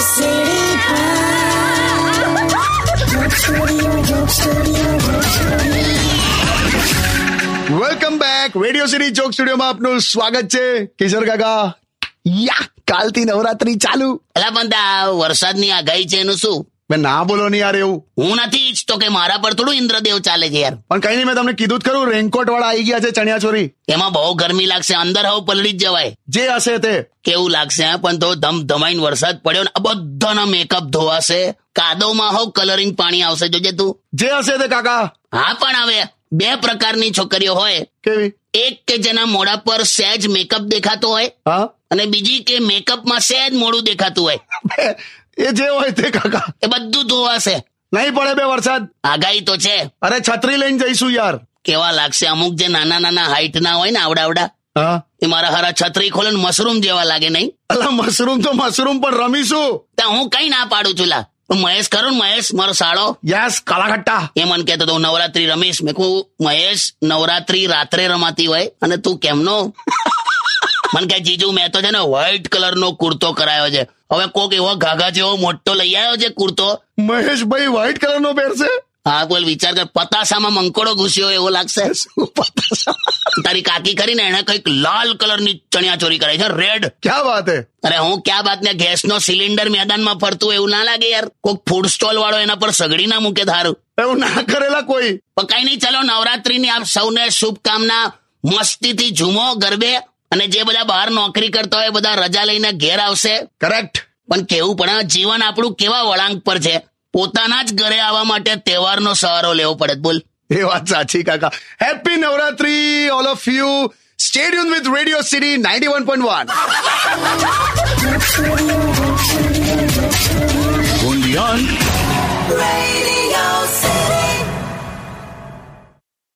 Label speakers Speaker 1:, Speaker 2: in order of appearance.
Speaker 1: સીડી
Speaker 2: welcome back radio city ચોક સ્ટુડિયોમાં આપનું સ્વાગત છે કિશોર કાકા યા કાલથી નવરાત્રી ચાલુ
Speaker 3: અલા પણ તે આ વરસાદની આગાહી છે એનું શું
Speaker 2: મેં ના બોલો ને યાર એવું
Speaker 3: હું નથી ઈચ્છતો કે મારા પર થોડું ઇન્દ્રદેવ ચાલે છે યાર
Speaker 2: પણ કઈ નહીં મેં તમને કીધું જ ખરું રેનકોટ વાળા આવી ગયા છે ચણિયા ચોરી
Speaker 3: એમાં બહુ ગરમી લાગશે અંદર હવ પલળી જ જવાય
Speaker 2: જે હશે તે
Speaker 3: કેવું લાગશે હા? પણ તો ધમધમાઈને વરસાદ પડ્યો ને આ બધાનો મેકઅપ ધોવાશે કાદવમાં હવ કલરિંગ પાણી આવશે જોજે તું
Speaker 2: જે હશે તે કાકા
Speaker 3: હા પણ હવે બે પ્રકારની છોકરીઓ હોય
Speaker 2: કેવી
Speaker 3: એક કે જેના મોઢા પર સહેજ મેકઅપ દેખાતો હોય
Speaker 2: હા
Speaker 3: અને બીજી કે મેકઅપમાં સહેજ મોડું દેખાતું હોય
Speaker 2: એ જે હોય તે કાકા
Speaker 3: એ બધું ધોવાશે
Speaker 2: નહીં પડે બે વરસાદ
Speaker 3: આગાહી તો છે
Speaker 2: અરે છત્રી લઈને જઈશું યાર
Speaker 3: કેવા લાગશે અમુક જે નાના નાના હાઈટ ના હોય ને આવડા આવડા
Speaker 2: હા
Speaker 3: એ મારા હારા છત્રી ખોલે ને મશરૂમ જેવા લાગે નહીં
Speaker 2: અલા મશરૂમ તો મશરૂમ પણ રમીશું
Speaker 3: ત્યાં હું કઈ ના પાડું છું લા પણ મહેશ ખરો ને મહેશ મારો સાળો
Speaker 2: યસ કાલાખટ્ટા
Speaker 3: એ મને કહેતો હતો હું નવરાત્રી રમીશ મેં કહું મહેશ નવરાત્રી રાત્રે રમાતી હોય અને તું કેમનો મને કહે જીજુ મેં તો છે ને વ્હાઈટ કલર નો કુર્તો કરાયો છે હવે કોક એવો ઘાઘા જેવો મોટો લઈ આવ્યો છે કુર્તો
Speaker 2: મહેશભાઈ વ્હાઈટ કલર નો પહેરશે
Speaker 3: હા બોલ વિચાર કર પતાસામાં મંકોડો ઘૂસ્યો હોય એવો લાગશે તારી કાકી કરીને એને કઈક લાલ કલરની ચણિયા ચોરી કરાઈ છે રેડ
Speaker 2: ક્યાં વાત હે
Speaker 3: અરે હું ક્યાં વાત ને ગેસ નો સિલિન્ડર મેદાનમાં ફરતું એવું ના લાગે યાર કોક ફૂડ સ્ટોલ વાળો એના પર સગડી ના મૂકે ધારું
Speaker 2: એવું ના કરેલા કોઈ
Speaker 3: પણ કઈ નહીં ચલો નવરાત્રીની આપ સૌને શુભકામના મસ્તીથી ઝૂમો ગરબે અને જે બધા બહાર નોકરી કરતા હોય એ બધા રજા લઈને ઘેર આવશે
Speaker 2: કરેક્ટ
Speaker 3: પણ કેવું પણ આ જીવન આપણું કેવા વળાંક પર છે પોતાના જ ઘરે આવવા માટે તહેવારનો સહારો લેવો પડે બોલ
Speaker 2: એ વાત સાચી કાકા happy Navratri all of you stadium with radio city ninety one point one
Speaker 1: Radio